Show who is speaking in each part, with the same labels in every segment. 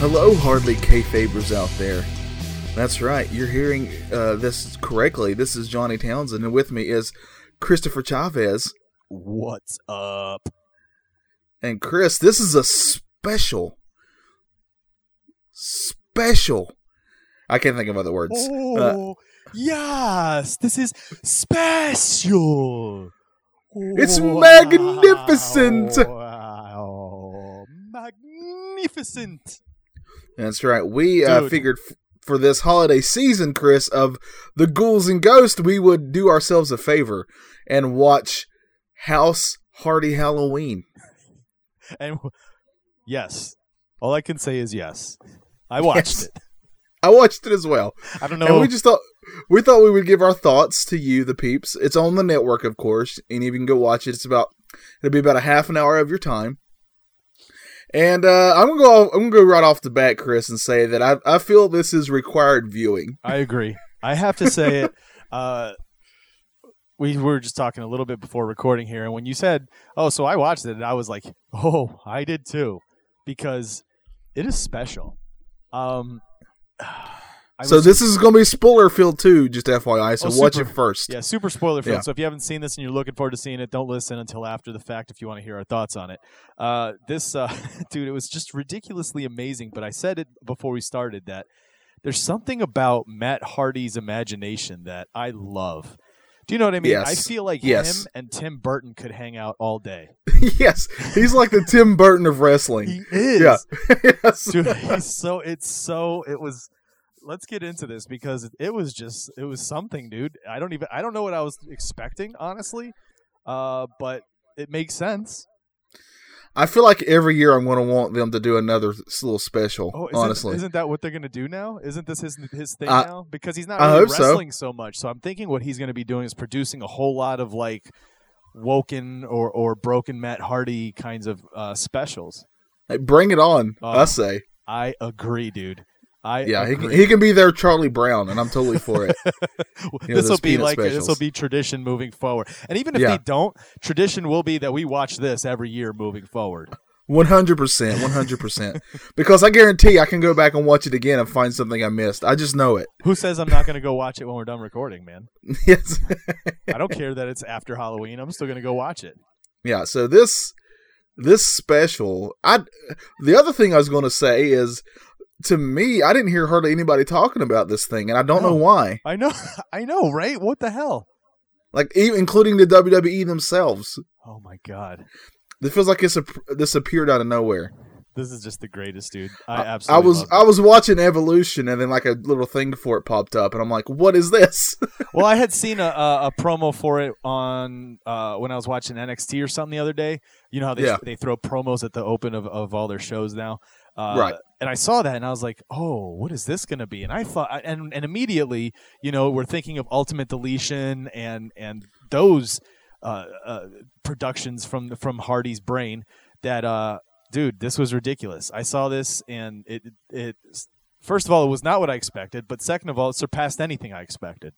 Speaker 1: Hello, hardly kayfabers out there. That's right, you're hearing uh, this correctly. This is Johnny Townsend, and with me is Christopher Chavez.
Speaker 2: What's up?
Speaker 1: And Chris, this is a special, special. I can't think of other words. Uh,
Speaker 2: Oh, yes, this is special.
Speaker 1: It's magnificent.
Speaker 2: Wow, magnificent.
Speaker 1: that's right. We uh,
Speaker 2: Dude.
Speaker 1: figured f- for this holiday season, Chris, of the ghouls and ghosts, we would do ourselves a favor and watch House Hardy Halloween.
Speaker 2: And w- yes, all I can say is yes. I watched
Speaker 1: Yes.
Speaker 2: it.
Speaker 1: I watched it as well.
Speaker 2: I don't know.
Speaker 1: And we just thought we thought we would give our thoughts to you, the peeps. It's on the network, of course, and you can go watch it. It's about it'll be about a half an hour of your time. And uh, I'm gonna go. I'm gonna go right off the bat, Chris, and say that I I feel this is required viewing.
Speaker 2: I agree. I have to say it. Uh, we were just talking a little bit before recording here, and when you said, "Oh, so I watched it," and I was like, "Oh, I did too," because it is special. Um, I
Speaker 1: so
Speaker 2: was-
Speaker 1: this is gonna be spoiler filled too, just FYI. So
Speaker 2: Oh,
Speaker 1: watch
Speaker 2: super.
Speaker 1: it first.
Speaker 2: yeah, super spoiler filled.
Speaker 1: Yeah.
Speaker 2: So if you haven't seen this and you're looking forward to seeing it, don't listen until after the fact if you want to hear our thoughts on it. Uh, this uh, dude, it was just ridiculously amazing. But I said it before we started that there's something about Matt Hardy's imagination that I love. Do you know what I mean? I
Speaker 1: Yes.
Speaker 2: feel like
Speaker 1: Yes.
Speaker 2: him and Tim Burton could hang out all day.
Speaker 1: yes, he's like the Tim Burton of wrestling.
Speaker 2: He is.
Speaker 1: Yeah. yes.
Speaker 2: Dude, he's so it's so it was let's get into this because it was just it was something, dude. I don't even I don't know what I was expecting, honestly. Uh but it makes sense.
Speaker 1: I feel like every year I'm gonna want them to do another s- little special.
Speaker 2: Oh, isn't,
Speaker 1: honestly,
Speaker 2: isn't that what they're gonna do now? Isn't this his his thing
Speaker 1: I-
Speaker 2: now? Because he's not
Speaker 1: I
Speaker 2: really
Speaker 1: hope so.
Speaker 2: wrestling so. much. So I'm thinking what he's gonna be doing is producing a whole lot of like woken or or broken Matt Hardy kinds of uh, specials.
Speaker 1: Hey, bring it on!
Speaker 2: Oh.
Speaker 1: I say.
Speaker 2: I agree, dude. I
Speaker 1: Yeah, he can,
Speaker 2: agree.
Speaker 1: he can be their Charlie Brown, and I'm totally for it. know,
Speaker 2: this will
Speaker 1: those
Speaker 2: be
Speaker 1: peanut
Speaker 2: like this
Speaker 1: specials.
Speaker 2: will be tradition moving forward. And even if
Speaker 1: Yeah.
Speaker 2: they don't, tradition will be that we watch this every year moving forward.
Speaker 1: 100%. 100%. because I guarantee I can go back and watch it again and find something I missed. I just know it.
Speaker 2: Who says I'm not going to go watch it when we're done recording, man?
Speaker 1: yes.
Speaker 2: I don't care that it's after Halloween. I'm still going to go watch it.
Speaker 1: Yeah, so this this special, I the other thing I was going to say is to me, I didn't hear hardly anybody talking about this thing, and I don't know
Speaker 2: No.
Speaker 1: why.
Speaker 2: I know, I know, right? What the hell?
Speaker 1: Like even including the WWE themselves.
Speaker 2: Oh my god,
Speaker 1: It feels like it's a, this appeared out of nowhere.
Speaker 2: this is just the greatest, dude. I
Speaker 1: I
Speaker 2: absolutely.
Speaker 1: was
Speaker 2: love it.
Speaker 1: I was watching Evolution, and then like a little thing for it popped up, and I'm like, "What is this?"
Speaker 2: well, I had seen a, a, a promo for it on uh, when I was watching NXT or something the other day. You know how they,
Speaker 1: Yeah.
Speaker 2: they throw promos at the open of, of all their shows now, uh,
Speaker 1: Right.
Speaker 2: And I saw that and I was like, "Oh, what is this going to be?" And I thought, and and immediately, you know, we're thinking of Ultimate Deletion and and those uh, uh, productions from the- from Hardy's brain. That uh, dude, this was ridiculous. I saw this and it it. First of all, it was not what I expected, but second of all, it surpassed anything I expected.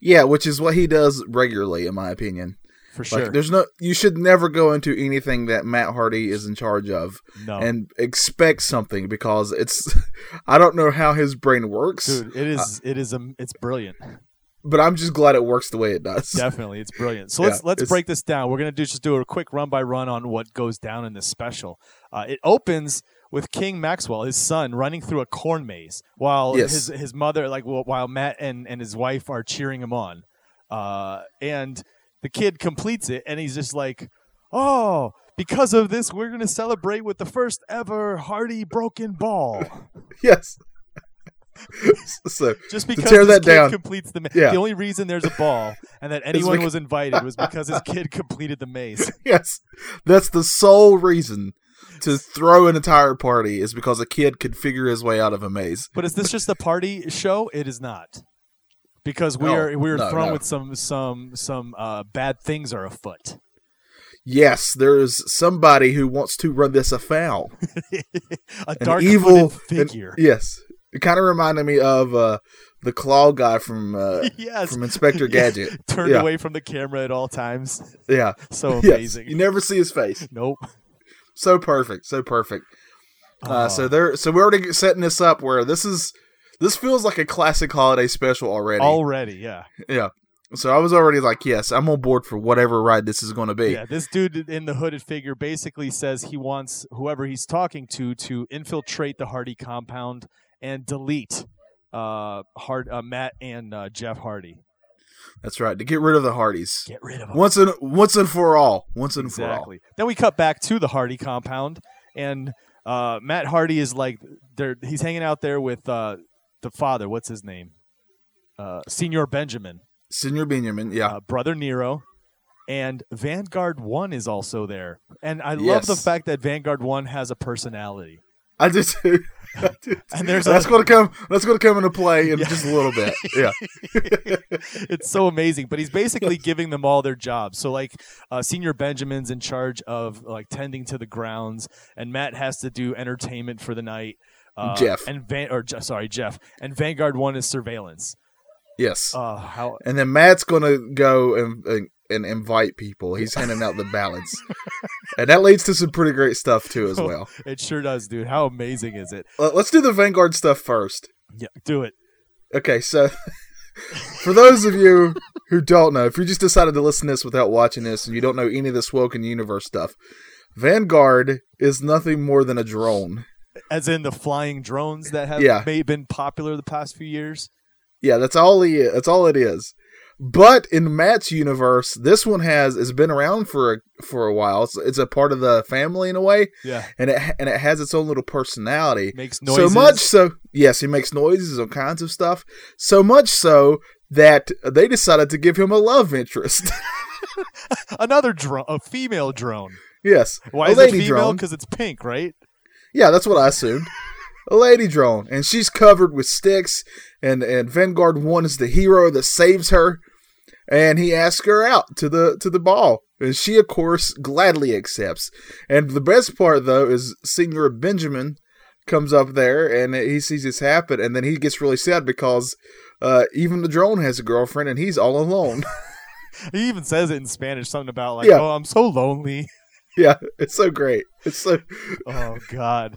Speaker 1: Yeah, which is what he does regularly, in my opinion.
Speaker 2: For
Speaker 1: Like,
Speaker 2: sure.
Speaker 1: there's no, you should never go into anything that Matt Hardy is in charge of
Speaker 2: no.
Speaker 1: and expect something because it's, I don't know how his brain works,
Speaker 2: Dude, it
Speaker 1: uh,
Speaker 2: is it is um, it's brilliant.
Speaker 1: but I'm just glad it works the way it does.
Speaker 2: Definitely, it's brilliant. So
Speaker 1: Yeah,
Speaker 2: let's let's
Speaker 1: it's-
Speaker 2: break this down. We're gonna do just do a quick run by run on what goes down in this special. Uh, it opens with King Maxwell, his son, running through a corn maze while
Speaker 1: Yes.
Speaker 2: his his mother like wh- while Matt and and his wife are cheering him on, uh, and the kid completes it, and he's just like, oh. Because of this, we're going to celebrate with the first ever Hardy broken ball.
Speaker 1: Yes. so
Speaker 2: Just because
Speaker 1: tear
Speaker 2: his
Speaker 1: that
Speaker 2: kid
Speaker 1: down.
Speaker 2: completes the maze.
Speaker 1: Yeah.
Speaker 2: The only reason there's a ball and that anyone
Speaker 1: beca-
Speaker 2: was invited was because his kid completed the maze.
Speaker 1: yes, that's the sole reason to throw an entire party is because a kid could figure his way out of a maze.
Speaker 2: But is this just a party show? It is not. Because we
Speaker 1: No,
Speaker 2: are we are
Speaker 1: no,
Speaker 2: thrown
Speaker 1: no.
Speaker 2: with some some some uh, bad things are afoot.
Speaker 1: Yes, there is somebody who wants to run this afoul.
Speaker 2: a
Speaker 1: an
Speaker 2: dark
Speaker 1: evil e-,
Speaker 2: evil figure.
Speaker 1: an- yes, it kind of reminded me of uh, the claw guy from uh,
Speaker 2: yes.
Speaker 1: from Inspector Gadget.
Speaker 2: Turned
Speaker 1: Yeah.
Speaker 2: away from the camera at all times.
Speaker 1: Yeah,
Speaker 2: So
Speaker 1: Yes.
Speaker 2: amazing.
Speaker 1: You never see his face.
Speaker 2: Nope.
Speaker 1: So perfect, so perfect. Uh, so they're so we're already setting this up where this is this feels like a classic holiday special already.
Speaker 2: already, yeah,
Speaker 1: yeah. So I was already like, yes, I'm on board for whatever ride this is going to be.
Speaker 2: yeah. This dude in the hooded figure basically says he wants whoever he's talking to to infiltrate the Hardy compound and delete uh, Hard uh, Matt and uh, Jeff Hardy.
Speaker 1: That's right. To get rid of the Hardys
Speaker 2: Get rid of him.
Speaker 1: once and once and for all. Once and
Speaker 2: exactly. Then we cut back to the Hardy compound, and uh, Matt Hardy is like, there. He's hanging out there with uh, the father. What's his name? Uh, Senior Benjamin,
Speaker 1: for all, Senor Benjamin. Yeah,
Speaker 2: uh, brother Nero, and Vanguard One is also there. And I love the
Speaker 1: Yes.
Speaker 2: fact that Vanguard One has a personality.
Speaker 1: I do too. I do too.
Speaker 2: And there's
Speaker 1: that's
Speaker 2: a-
Speaker 1: going to come. That's going to come into play in
Speaker 2: Yeah.
Speaker 1: just a little bit. Yeah,
Speaker 2: it's so amazing. But he's basically giving them all their jobs. So like uh, Senior Benjamin's in charge of like tending to the grounds, and Matt has to do entertainment for the night. Uh,
Speaker 1: Jeff.
Speaker 2: and Van or Je- sorry Jeff and Vanguard One is surveillance.
Speaker 1: yes.
Speaker 2: Uh, how
Speaker 1: and then Matt's going to go and, and and invite people. He's handing out the ballots, and that leads to some pretty great stuff too as well.
Speaker 2: it sure does, dude. How amazing is it?
Speaker 1: Let- Let's do the Vanguard stuff first.
Speaker 2: Yeah, do it.
Speaker 1: Okay, so for those of you who don't know, if you just decided to listen to this without watching this and you don't know any of this Woken Universe stuff, Vanguard is nothing more than a drone.
Speaker 2: As in the flying drones that have
Speaker 1: Yeah.
Speaker 2: may been popular the past few years.
Speaker 1: Yeah, that's all he that's all it is. But in Matt's universe, this one has has been around for a, for a while. It's, it's a part of the family in a way,
Speaker 2: Yeah,
Speaker 1: and it ha- and it has its own little personality.
Speaker 2: makes noises.
Speaker 1: So much so, yes, he makes noises, all kinds of stuff. So much so that they decided to give him a love interest.
Speaker 2: Another drone, a female drone.
Speaker 1: yes,
Speaker 2: Why
Speaker 1: a
Speaker 2: is
Speaker 1: lady
Speaker 2: it female?
Speaker 1: drone.
Speaker 2: Because it's pink, right?
Speaker 1: Yeah, that's what I assumed. a lady drone, and she's covered with sticks, and and Vanguard One is the hero that saves her, and he asks her out to the to the ball, and she of course gladly accepts. And the best part though is Senior Benjamin comes up there and he sees this happen, and then he gets really sad because uh, even the drone has a girlfriend, and he's all alone.
Speaker 2: He even says it in Spanish, something about like,
Speaker 1: Yeah.
Speaker 2: "Oh, I'm so lonely."
Speaker 1: yeah, it's so great. It's so
Speaker 2: Oh God!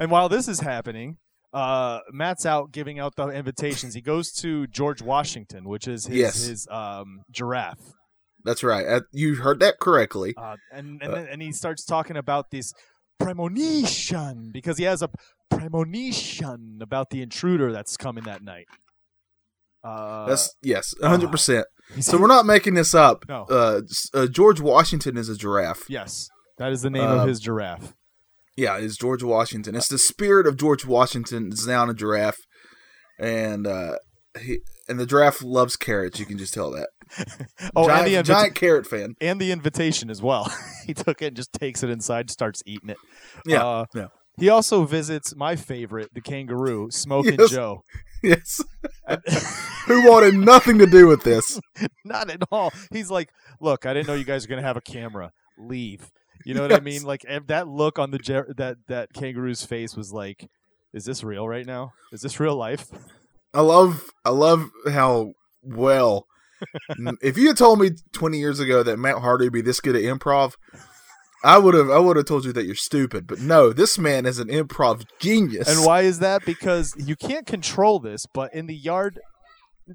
Speaker 2: And while this is happening, uh, Matt's out giving out the invitations. He goes to George Washington, which is his,
Speaker 1: Yes.
Speaker 2: his um, giraffe,
Speaker 1: that's right. Uh, You heard that correctly.
Speaker 2: uh, and
Speaker 1: Uh.
Speaker 2: and, then, and he starts talking about this premonition because he has a premonition about the intruder that's coming that night. Uh,
Speaker 1: That's yes, hundred percent.
Speaker 2: he
Speaker 1: So
Speaker 2: said-
Speaker 1: we're not making this up.
Speaker 2: No.
Speaker 1: Uh, s- uh, George Washington is a giraffe.
Speaker 2: yes, that is the name
Speaker 1: Uh,
Speaker 2: of his giraffe.
Speaker 1: Yeah, it's George Washington. It's the spirit of George Washington. It's now in a giraffe, and uh, he and the giraffe loves carrots. You can just tell that.
Speaker 2: Oh,
Speaker 1: giant,
Speaker 2: and the invita-
Speaker 1: giant carrot fan.
Speaker 2: and the invitation as well. he took it and just takes it inside, starts eating it.
Speaker 1: Yeah,
Speaker 2: Uh,
Speaker 1: yeah.
Speaker 2: He also visits my favorite, the kangaroo, Smoke and
Speaker 1: Yes.
Speaker 2: Joe.
Speaker 1: Yes, who wanted nothing to do with this?
Speaker 2: Not at all. He's like, "Look, I didn't know you guys were gonna have a camera. Leave." You know what I
Speaker 1: Yes.
Speaker 2: mean? Like ev- that look on the ger- that that kangaroo's face was like, "Is this real right now? Is this real life?"
Speaker 1: I love, I love how well. if you had told me twenty years ago that Matt Hardy would be this good at improv. I would have, I would have told you that you're stupid, but no, this man is an improv genius.
Speaker 2: And why is that? Because you can't control this, but in the yard,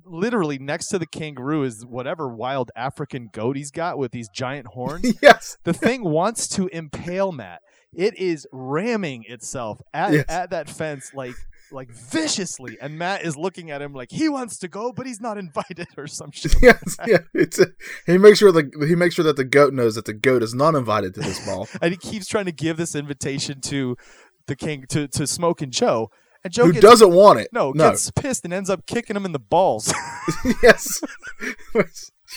Speaker 2: literally next to the kangaroo is whatever wild African goat he's got with these giant horns.
Speaker 1: yes,
Speaker 2: the thing wants to impale Matt. It is ramming itself at,
Speaker 1: Yes.
Speaker 2: at that fence like like viciously, and Matt is looking at him like he wants to go, but he's not invited or some shit.
Speaker 1: yes, yeah. It's he makes sure the he makes sure that the goat knows that the goat is not invited to this ball.
Speaker 2: And he keeps trying to give this invitation to the king to to Smoke and Joe, and Joe
Speaker 1: Who
Speaker 2: gets
Speaker 1: doesn't want it?
Speaker 2: no,
Speaker 1: no.
Speaker 2: gets pissed and ends up kicking him in the balls.
Speaker 1: yes,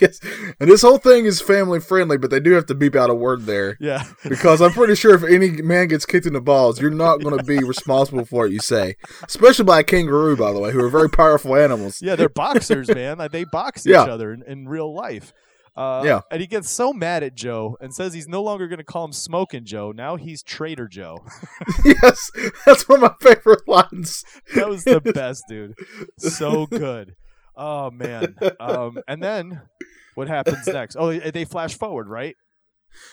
Speaker 1: yes. And this whole thing is family friendly, but they do have to beep out a word there
Speaker 2: yeah,
Speaker 1: because I'm pretty sure if any man gets kicked in the balls, you're not going to be responsible for what you say, especially by a kangaroo, by the way, who are very powerful animals.
Speaker 2: yeah, they're boxers, man. Like, They box
Speaker 1: Yeah.
Speaker 2: each other in, in real life. Uh,
Speaker 1: Yeah.
Speaker 2: and he gets so mad at Joe and says he's no longer going to call him Smoking Joe. Now he's Trader Joe.
Speaker 1: yes, that's one of my favorite lines.
Speaker 2: that was the best, dude. So good. Oh man. Um, and then what happens next? Oh, they they flash forward, right?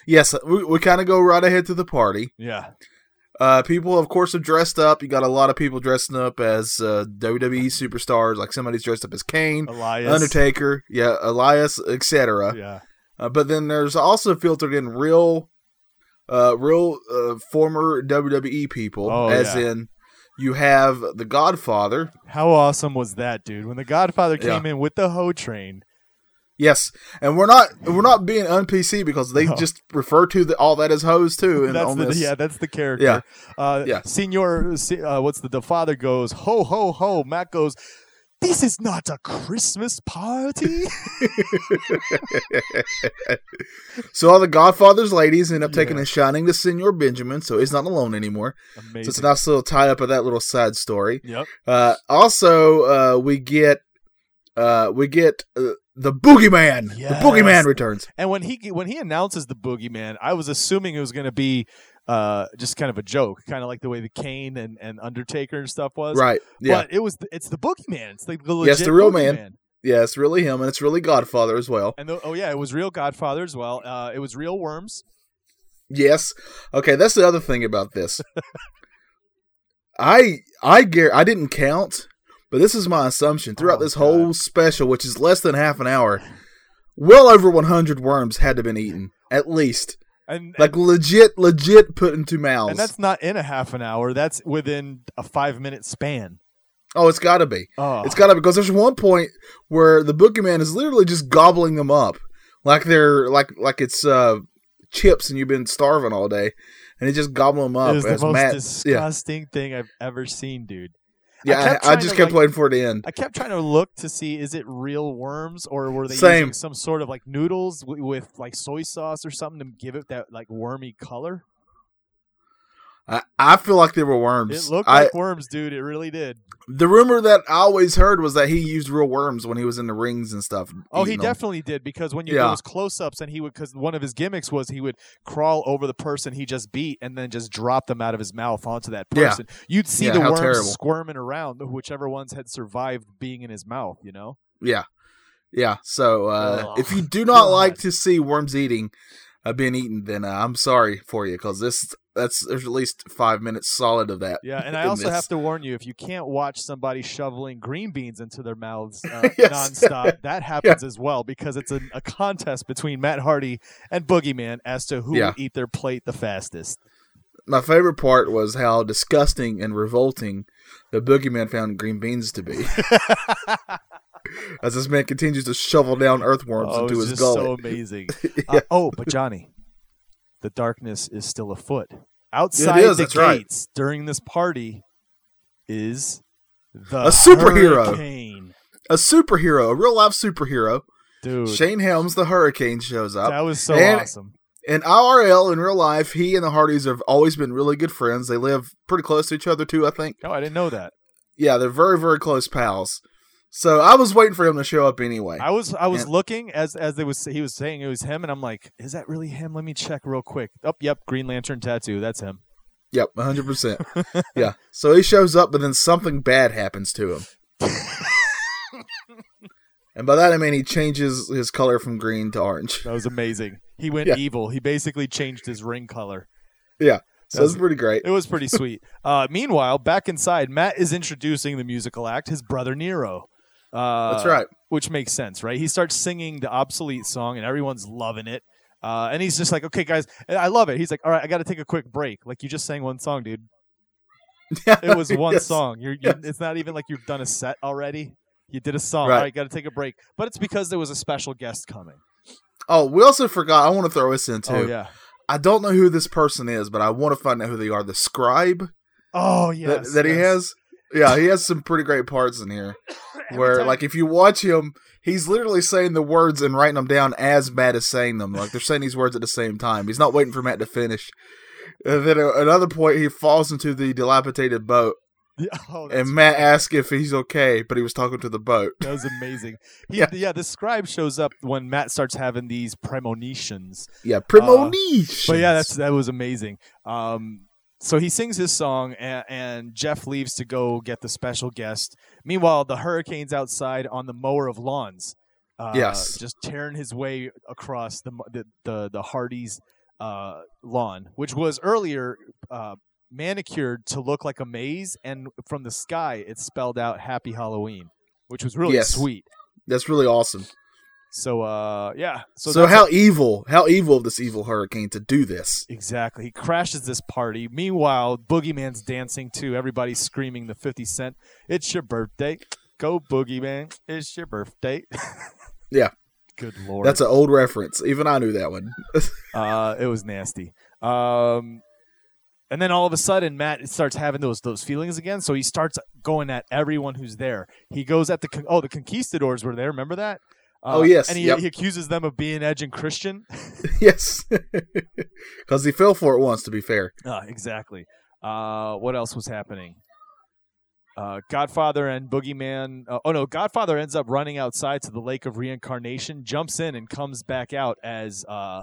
Speaker 1: Yes, we, we kind of go right ahead to the party.
Speaker 2: Yeah.
Speaker 1: Uh, people, of course, have dressed up. You got a lot of people dressing up as uh, WWE superstars. Like somebody's dressed up as Kane,
Speaker 2: Elias.
Speaker 1: Undertaker, yeah, Elias, etc.
Speaker 2: Yeah.
Speaker 1: Uh, but then there's also filtered in real, uh, real uh, former WWE people,
Speaker 2: Oh,
Speaker 1: as
Speaker 2: yeah.
Speaker 1: in you have the Godfather.
Speaker 2: How awesome was that, dude? When the Godfather
Speaker 1: Yeah.
Speaker 2: came in with the hoe train.
Speaker 1: Yes, and we're not we're not being unpc because they
Speaker 2: No.
Speaker 1: just refer to the, all that as hoes too. And
Speaker 2: that's
Speaker 1: on
Speaker 2: the
Speaker 1: this.
Speaker 2: yeah, that's the character.
Speaker 1: Yeah.
Speaker 2: Uh,
Speaker 1: Yeah.
Speaker 2: Senor, se- uh, what's the the father goes ho ho ho. Matt goes, this is not a Christmas party.
Speaker 1: So all the Godfather's ladies end up taking
Speaker 2: Yeah.
Speaker 1: a shining to Senor Benjamin, so he's not alone anymore.
Speaker 2: Amazing.
Speaker 1: So it's a nice little tie up of that little side story.
Speaker 2: Yep.
Speaker 1: Uh, also, uh, we get uh, we get uh, the Boogeyman.
Speaker 2: Yes.
Speaker 1: The Boogeyman returns.
Speaker 2: And when he when he announces the boogeyman, I was assuming it was going to be uh, just kind of a joke, kind of like the way the Kane and, and Undertaker and stuff was.
Speaker 1: Right? Yeah,
Speaker 2: But it was the, it's the boogeyman. It's the, the
Speaker 1: Yes,
Speaker 2: legit
Speaker 1: the real man.
Speaker 2: boogeyman.
Speaker 1: yeah. It's really him, and it's really Godfather as well.
Speaker 2: And the, oh yeah, it was real Godfather as well. Uh, it was real worms.
Speaker 1: Yes. Okay, that's the other thing about this. I I gar- I didn't count, but this is my assumption throughout
Speaker 2: Oh,
Speaker 1: this whole special, which is less than half an hour. Well over 100 worms had to been eaten, at least.
Speaker 2: And
Speaker 1: Like legit, legit put into mouths.
Speaker 2: and that's not in a half an hour. That's within a five minute span.
Speaker 1: oh, it's got to be.
Speaker 2: Oh,
Speaker 1: It's got to because there's one point where the boogeyman is literally just gobbling them up, like they're like like it's uh, chips and you've been starving all day, and he just gobble them up.
Speaker 2: it is the
Speaker 1: as
Speaker 2: most
Speaker 1: Matt- yeah,
Speaker 2: disgusting thing I've ever seen, dude.
Speaker 1: yeah. I,
Speaker 2: kept
Speaker 1: I
Speaker 2: trying
Speaker 1: just
Speaker 2: to,
Speaker 1: kept
Speaker 2: like-
Speaker 1: waiting for it to end.
Speaker 2: I kept trying to look to see is it real worms or were they
Speaker 1: Same.
Speaker 2: using some sort of like noodles w- with like soy sauce or something to give it that like wormy color?
Speaker 1: I, I feel like they were
Speaker 2: It
Speaker 1: worms.
Speaker 2: looked
Speaker 1: I,
Speaker 2: like worms, dude. It really did.
Speaker 1: the rumor that I always heard was that he used real worms when he was in the rings and stuff.
Speaker 2: Oh, he
Speaker 1: eating 'em.
Speaker 2: definitely did because when you
Speaker 1: Yeah.
Speaker 2: those close-ups and he would because one of his gimmicks was he would crawl over the person he just beat and then just drop them out of his mouth onto that
Speaker 1: Yeah.
Speaker 2: person. You'd see
Speaker 1: Yeah,
Speaker 2: the
Speaker 1: how
Speaker 2: worms
Speaker 1: terrible.
Speaker 2: squirming around, whichever ones had survived being in his mouth. You know,
Speaker 1: Yeah, yeah. So uh,
Speaker 2: Ugh,
Speaker 1: if you do not
Speaker 2: Oh, God.
Speaker 1: like to see worms eating, uh, being eaten, then uh, I'm sorry for you because this that's there's at least five minutes solid of that.
Speaker 2: yeah. And I
Speaker 1: in
Speaker 2: also
Speaker 1: this.
Speaker 2: have to warn you if you can't watch somebody shoveling green beans into their mouths uh,
Speaker 1: Yes.
Speaker 2: nonstop, that happens as well because it's a, a contest between Matt Hardy and Boogeyman as to who
Speaker 1: Yeah.
Speaker 2: will eat their plate the fastest.
Speaker 1: My favorite part was how disgusting and revolting the boogeyman found green beans to be. As this man continues to shovel down earthworms
Speaker 2: Oh,
Speaker 1: into his
Speaker 2: it's just
Speaker 1: gullet.
Speaker 2: so amazing. Uh, oh, but Johnny, the darkness is still afoot. Outside
Speaker 1: is,
Speaker 2: the
Speaker 1: that's right.
Speaker 2: gates during this party is the
Speaker 1: A superhero.
Speaker 2: hurricane.
Speaker 1: a superhero, a real life superhero.
Speaker 2: dude.
Speaker 1: Shane Helms, the hurricane, shows up.
Speaker 2: that was so
Speaker 1: And-
Speaker 2: awesome.
Speaker 1: In IRL, in real life, he and the Hardys have always been really good friends. They live pretty close to each other, too, I think.
Speaker 2: No, Oh, I didn't know that.
Speaker 1: Yeah, they're very, very close pals. So I was waiting for him to show up anyway.
Speaker 2: I was I was
Speaker 1: And-
Speaker 2: looking as as they was he was saying it was him, and I'm like, is that really him? Let me check real quick. Oh, yep, Green Lantern tattoo. That's him.
Speaker 1: Yep, 100%. yeah. So he shows up, but then something bad happens to him. and by that, I mean he changes his color from green to orange.
Speaker 2: That was amazing. He went
Speaker 1: Yeah.
Speaker 2: evil. He basically changed his ring color.
Speaker 1: So that's pretty great.
Speaker 2: It was pretty sweet. Uh, meanwhile, back inside, Matt is introducing the musical act, his brother Nero. Uh,
Speaker 1: That's right.
Speaker 2: Which makes sense, right? He starts singing the obsolete song, and everyone's loving it. Uh, and he's just like, okay, guys, and I love it. He's like, all right, I got to take a quick break. Like, you just sang one song, dude. It was one
Speaker 1: Yes.
Speaker 2: song. You're, you It's not even like you've done a set already. You did a song.
Speaker 1: Right.
Speaker 2: All right, got to take a break. But it's because there was a special guest coming.
Speaker 1: Oh, we also forgot. I want to throw this in, too.
Speaker 2: Oh, yeah.
Speaker 1: I don't know who this person is, but I want to find out who they are. The scribe
Speaker 2: Oh,
Speaker 1: that,
Speaker 2: yes.
Speaker 1: that he
Speaker 2: yes.
Speaker 1: has. Yeah, he has some pretty great parts in here.
Speaker 2: Every
Speaker 1: where,
Speaker 2: time-
Speaker 1: like, if you watch him, he's literally saying the words and writing them down as Matt is saying them. Like, they're saying these words at the same time. He's not waiting for Matt to finish. And then at another point, he falls into the dilapidated boat,
Speaker 2: Oh, that's
Speaker 1: and Matt asks if he's okay, but he was talking to the boat.
Speaker 2: That was amazing. He, yeah.
Speaker 1: Yeah.
Speaker 2: the scribe shows up when Matt starts having these premonitions.
Speaker 1: Yeah, premonition.
Speaker 2: But yeah, that's that was amazing. Um, so he sings his song, and, and Jeff leaves to go get the special guest. Meanwhile, the hurricane's outside on the mower of lawns. Uh,
Speaker 1: Yes.
Speaker 2: just tearing his way across the mo- the the, the Hardy's uh, lawn, which was earlier. Uh, manicured to look like a maze, and from the sky it spelled out "Happy Halloween," which was really
Speaker 1: Yes.
Speaker 2: sweet.
Speaker 1: That's really awesome.
Speaker 2: So, uh, yeah.
Speaker 1: So,
Speaker 2: So, that's
Speaker 1: how evil, how evil of this evil hurricane to do this?
Speaker 2: Exactly. He crashes this party. Meanwhile, Boogeyman's dancing too. Everybody's screaming the 50 Cent, It's your birthday. Go, Boogeyman. It's your birthday.
Speaker 1: Yeah.
Speaker 2: Good Lord.
Speaker 1: That's an old reference. Even I knew that one.
Speaker 2: uh, it was nasty. Um, and then all of a sudden, Matt starts having those those feelings again. So he starts going at everyone who's there. He goes at the con- oh the conquistadors were there. Remember that? Uh,
Speaker 1: Oh, yes.
Speaker 2: And he,
Speaker 1: Yep.
Speaker 2: he accuses them of being edge and Christian.
Speaker 1: yes, because he fell for it once. To be fair,
Speaker 2: Uh, exactly. Uh, what else was happening? Uh, Godfather and Boogeyman. Uh, oh no, Godfather ends up running outside to the Lake of Reincarnation, jumps in, and comes back out as uh,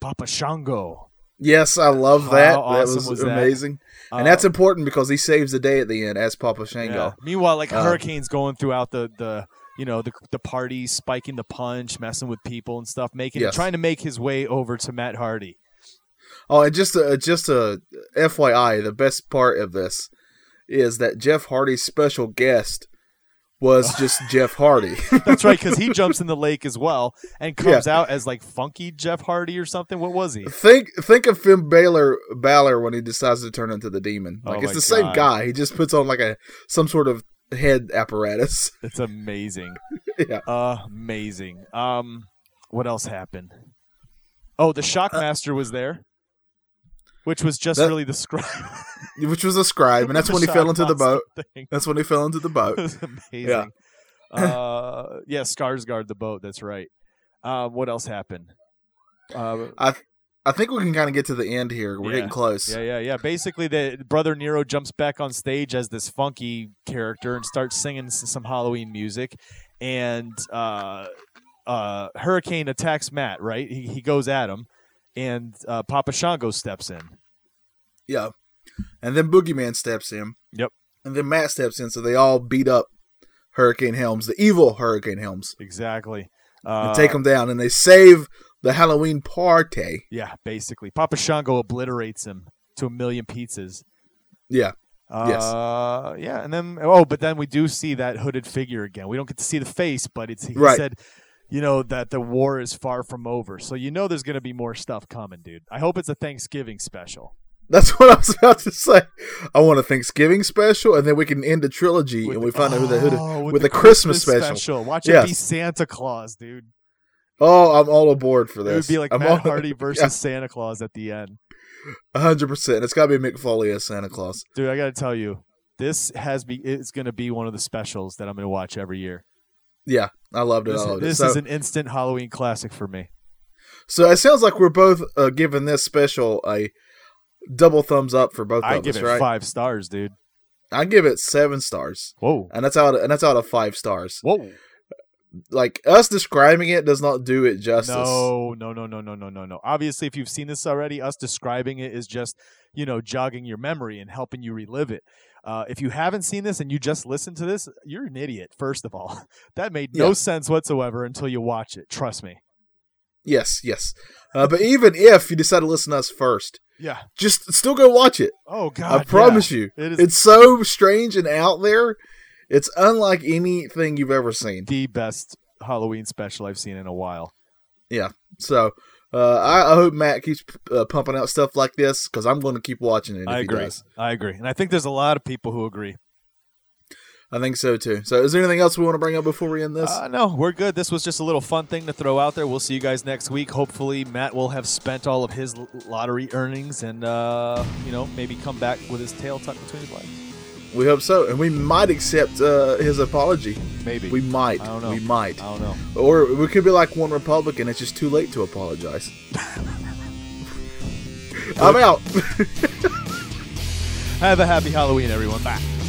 Speaker 2: Papa Shango.
Speaker 1: yes, I love that.
Speaker 2: How
Speaker 1: that
Speaker 2: awesome
Speaker 1: was,
Speaker 2: was that?
Speaker 1: amazing, and
Speaker 2: Uh,
Speaker 1: that's important because he saves the day at the end as Papa Shango.
Speaker 2: yeah. Meanwhile, like
Speaker 1: Uh,
Speaker 2: hurricanes going throughout the the you know the the party, spiking the punch, messing with people and stuff, making
Speaker 1: Yes.
Speaker 2: trying to make his way over to Matt Hardy.
Speaker 1: Oh, and just a just a FYI, the best part of this is that Jeff Hardy's special guest was just Jeff Hardy.
Speaker 2: That's right, because he jumps in the lake as well and comes out as like funky Jeff Hardy or something. What was he?
Speaker 1: think think of Finn Balor Balor when he decides to turn into the demon.
Speaker 2: Oh
Speaker 1: Like
Speaker 2: my
Speaker 1: it's the same
Speaker 2: God.
Speaker 1: guy. He just puts on like a some sort of head apparatus.
Speaker 2: It's amazing.
Speaker 1: Yeah.
Speaker 2: Amazing. Um, what else happened? Oh,
Speaker 1: Uh,
Speaker 2: the Shockmaster was there, which was just
Speaker 1: That-
Speaker 2: really the scribe.
Speaker 1: Which was a scribe, and that's when he fell into the boat.
Speaker 2: Thing.
Speaker 1: That's when he fell into the
Speaker 2: It
Speaker 1: boat.
Speaker 2: was amazing. Uh, yeah, Skarsgård the boat. That's right. Uh, what else happened? Uh,
Speaker 1: I I think we can kind of get to the end here. We're
Speaker 2: Yeah.
Speaker 1: getting close.
Speaker 2: yeah, yeah, yeah. Basically, the brother Nero jumps back on stage as this funky character and starts singing s- some Halloween music, and uh, uh, Hurricane attacks Matt. Right, he, he goes at him, and uh, Papa Shango steps in.
Speaker 1: Yeah. And then Boogeyman steps in.
Speaker 2: Yep.
Speaker 1: And then Matt steps in, so they all beat up Hurricane Helms, the evil Hurricane Helms,
Speaker 2: Exactly.
Speaker 1: and
Speaker 2: Uh,
Speaker 1: take him down. And they save the Halloween party.
Speaker 2: Yeah, basically, Papa Shango obliterates him to a million pizzas.
Speaker 1: Yeah. Yes.
Speaker 2: Uh, yeah, and then oh, but then we do see that hooded figure again. We don't get to see the face, but it's he
Speaker 1: Right.
Speaker 2: said, you know, that the war is far from over. So you know there's gonna be more stuff coming, dude. I hope it's a Thanksgiving special.
Speaker 1: That's what I was about to say. I want a Thanksgiving special, and then we can end the trilogy, and we find out who the hooded.
Speaker 2: Oh,
Speaker 1: with the Christmas special.
Speaker 2: Watch it be
Speaker 1: Yes.
Speaker 2: Santa Claus, dude.
Speaker 1: Oh, I'm all aboard for
Speaker 2: It
Speaker 1: this.
Speaker 2: would be like
Speaker 1: I'm
Speaker 2: Matt
Speaker 1: all-
Speaker 2: Hardy versus Santa Claus at the end.
Speaker 1: 100%. It's got to be Mick Foley as Santa Claus.
Speaker 2: Dude, I gotta tell you, this has be it's gonna be one of the specials that I'm gonna watch every year.
Speaker 1: Yeah, I loved it.
Speaker 2: This,
Speaker 1: I loved
Speaker 2: this
Speaker 1: it. So-
Speaker 2: is an instant Halloween classic for me.
Speaker 1: So it sounds like we're both uh, giving this special a double thumbs up for both
Speaker 2: I
Speaker 1: of
Speaker 2: give
Speaker 1: us,
Speaker 2: it
Speaker 1: right?
Speaker 2: five stars, dude.
Speaker 1: I give it seven stars,
Speaker 2: Whoa.
Speaker 1: and that's out. Of, and that's out of five stars.
Speaker 2: Whoa.
Speaker 1: Like us describing it does not do it justice.
Speaker 2: No, no, no, no, no, no, no, no. Obviously, if you've seen this already, us describing it is just, you know, jogging your memory and helping you relive it. Uh, if you haven't seen this and you just listened to this, you're an idiot, first of all. That made no
Speaker 1: Yeah.
Speaker 2: sense whatsoever until you watch it. Trust me.
Speaker 1: Yes, yes. Uh, but even if you decide to listen to us first,
Speaker 2: Yeah.
Speaker 1: just still go watch it.
Speaker 2: Oh, God.
Speaker 1: I promise you,
Speaker 2: It is
Speaker 1: it's so strange and out there. It's unlike anything you've ever seen.
Speaker 2: the best Halloween special I've seen in a while.
Speaker 1: So uh, I, I hope Matt keeps uh, pumping out stuff like this because I'm going to keep watching it. If
Speaker 2: I
Speaker 1: he
Speaker 2: agree.
Speaker 1: does.
Speaker 2: I agree. And I think there's a lot of people who agree.
Speaker 1: I think so too. So, is there anything else we want to bring up before we end this?
Speaker 2: Uh, no, we're good. This was just a little fun thing to throw out there. We'll see you guys next week. Hopefully, Matt will have spent all of his l- lottery earnings and, uh, you know, maybe come back with his tail tucked between his legs.
Speaker 1: we hope so, and we might accept uh, his apology.
Speaker 2: Maybe.
Speaker 1: We might.
Speaker 2: I don't know. Uh,
Speaker 1: We
Speaker 2: I
Speaker 1: might.
Speaker 2: don't know.
Speaker 1: Or we could be like one Republican. It's just too late to apologize. I'm out.
Speaker 2: Have a happy Halloween, everyone. Bye.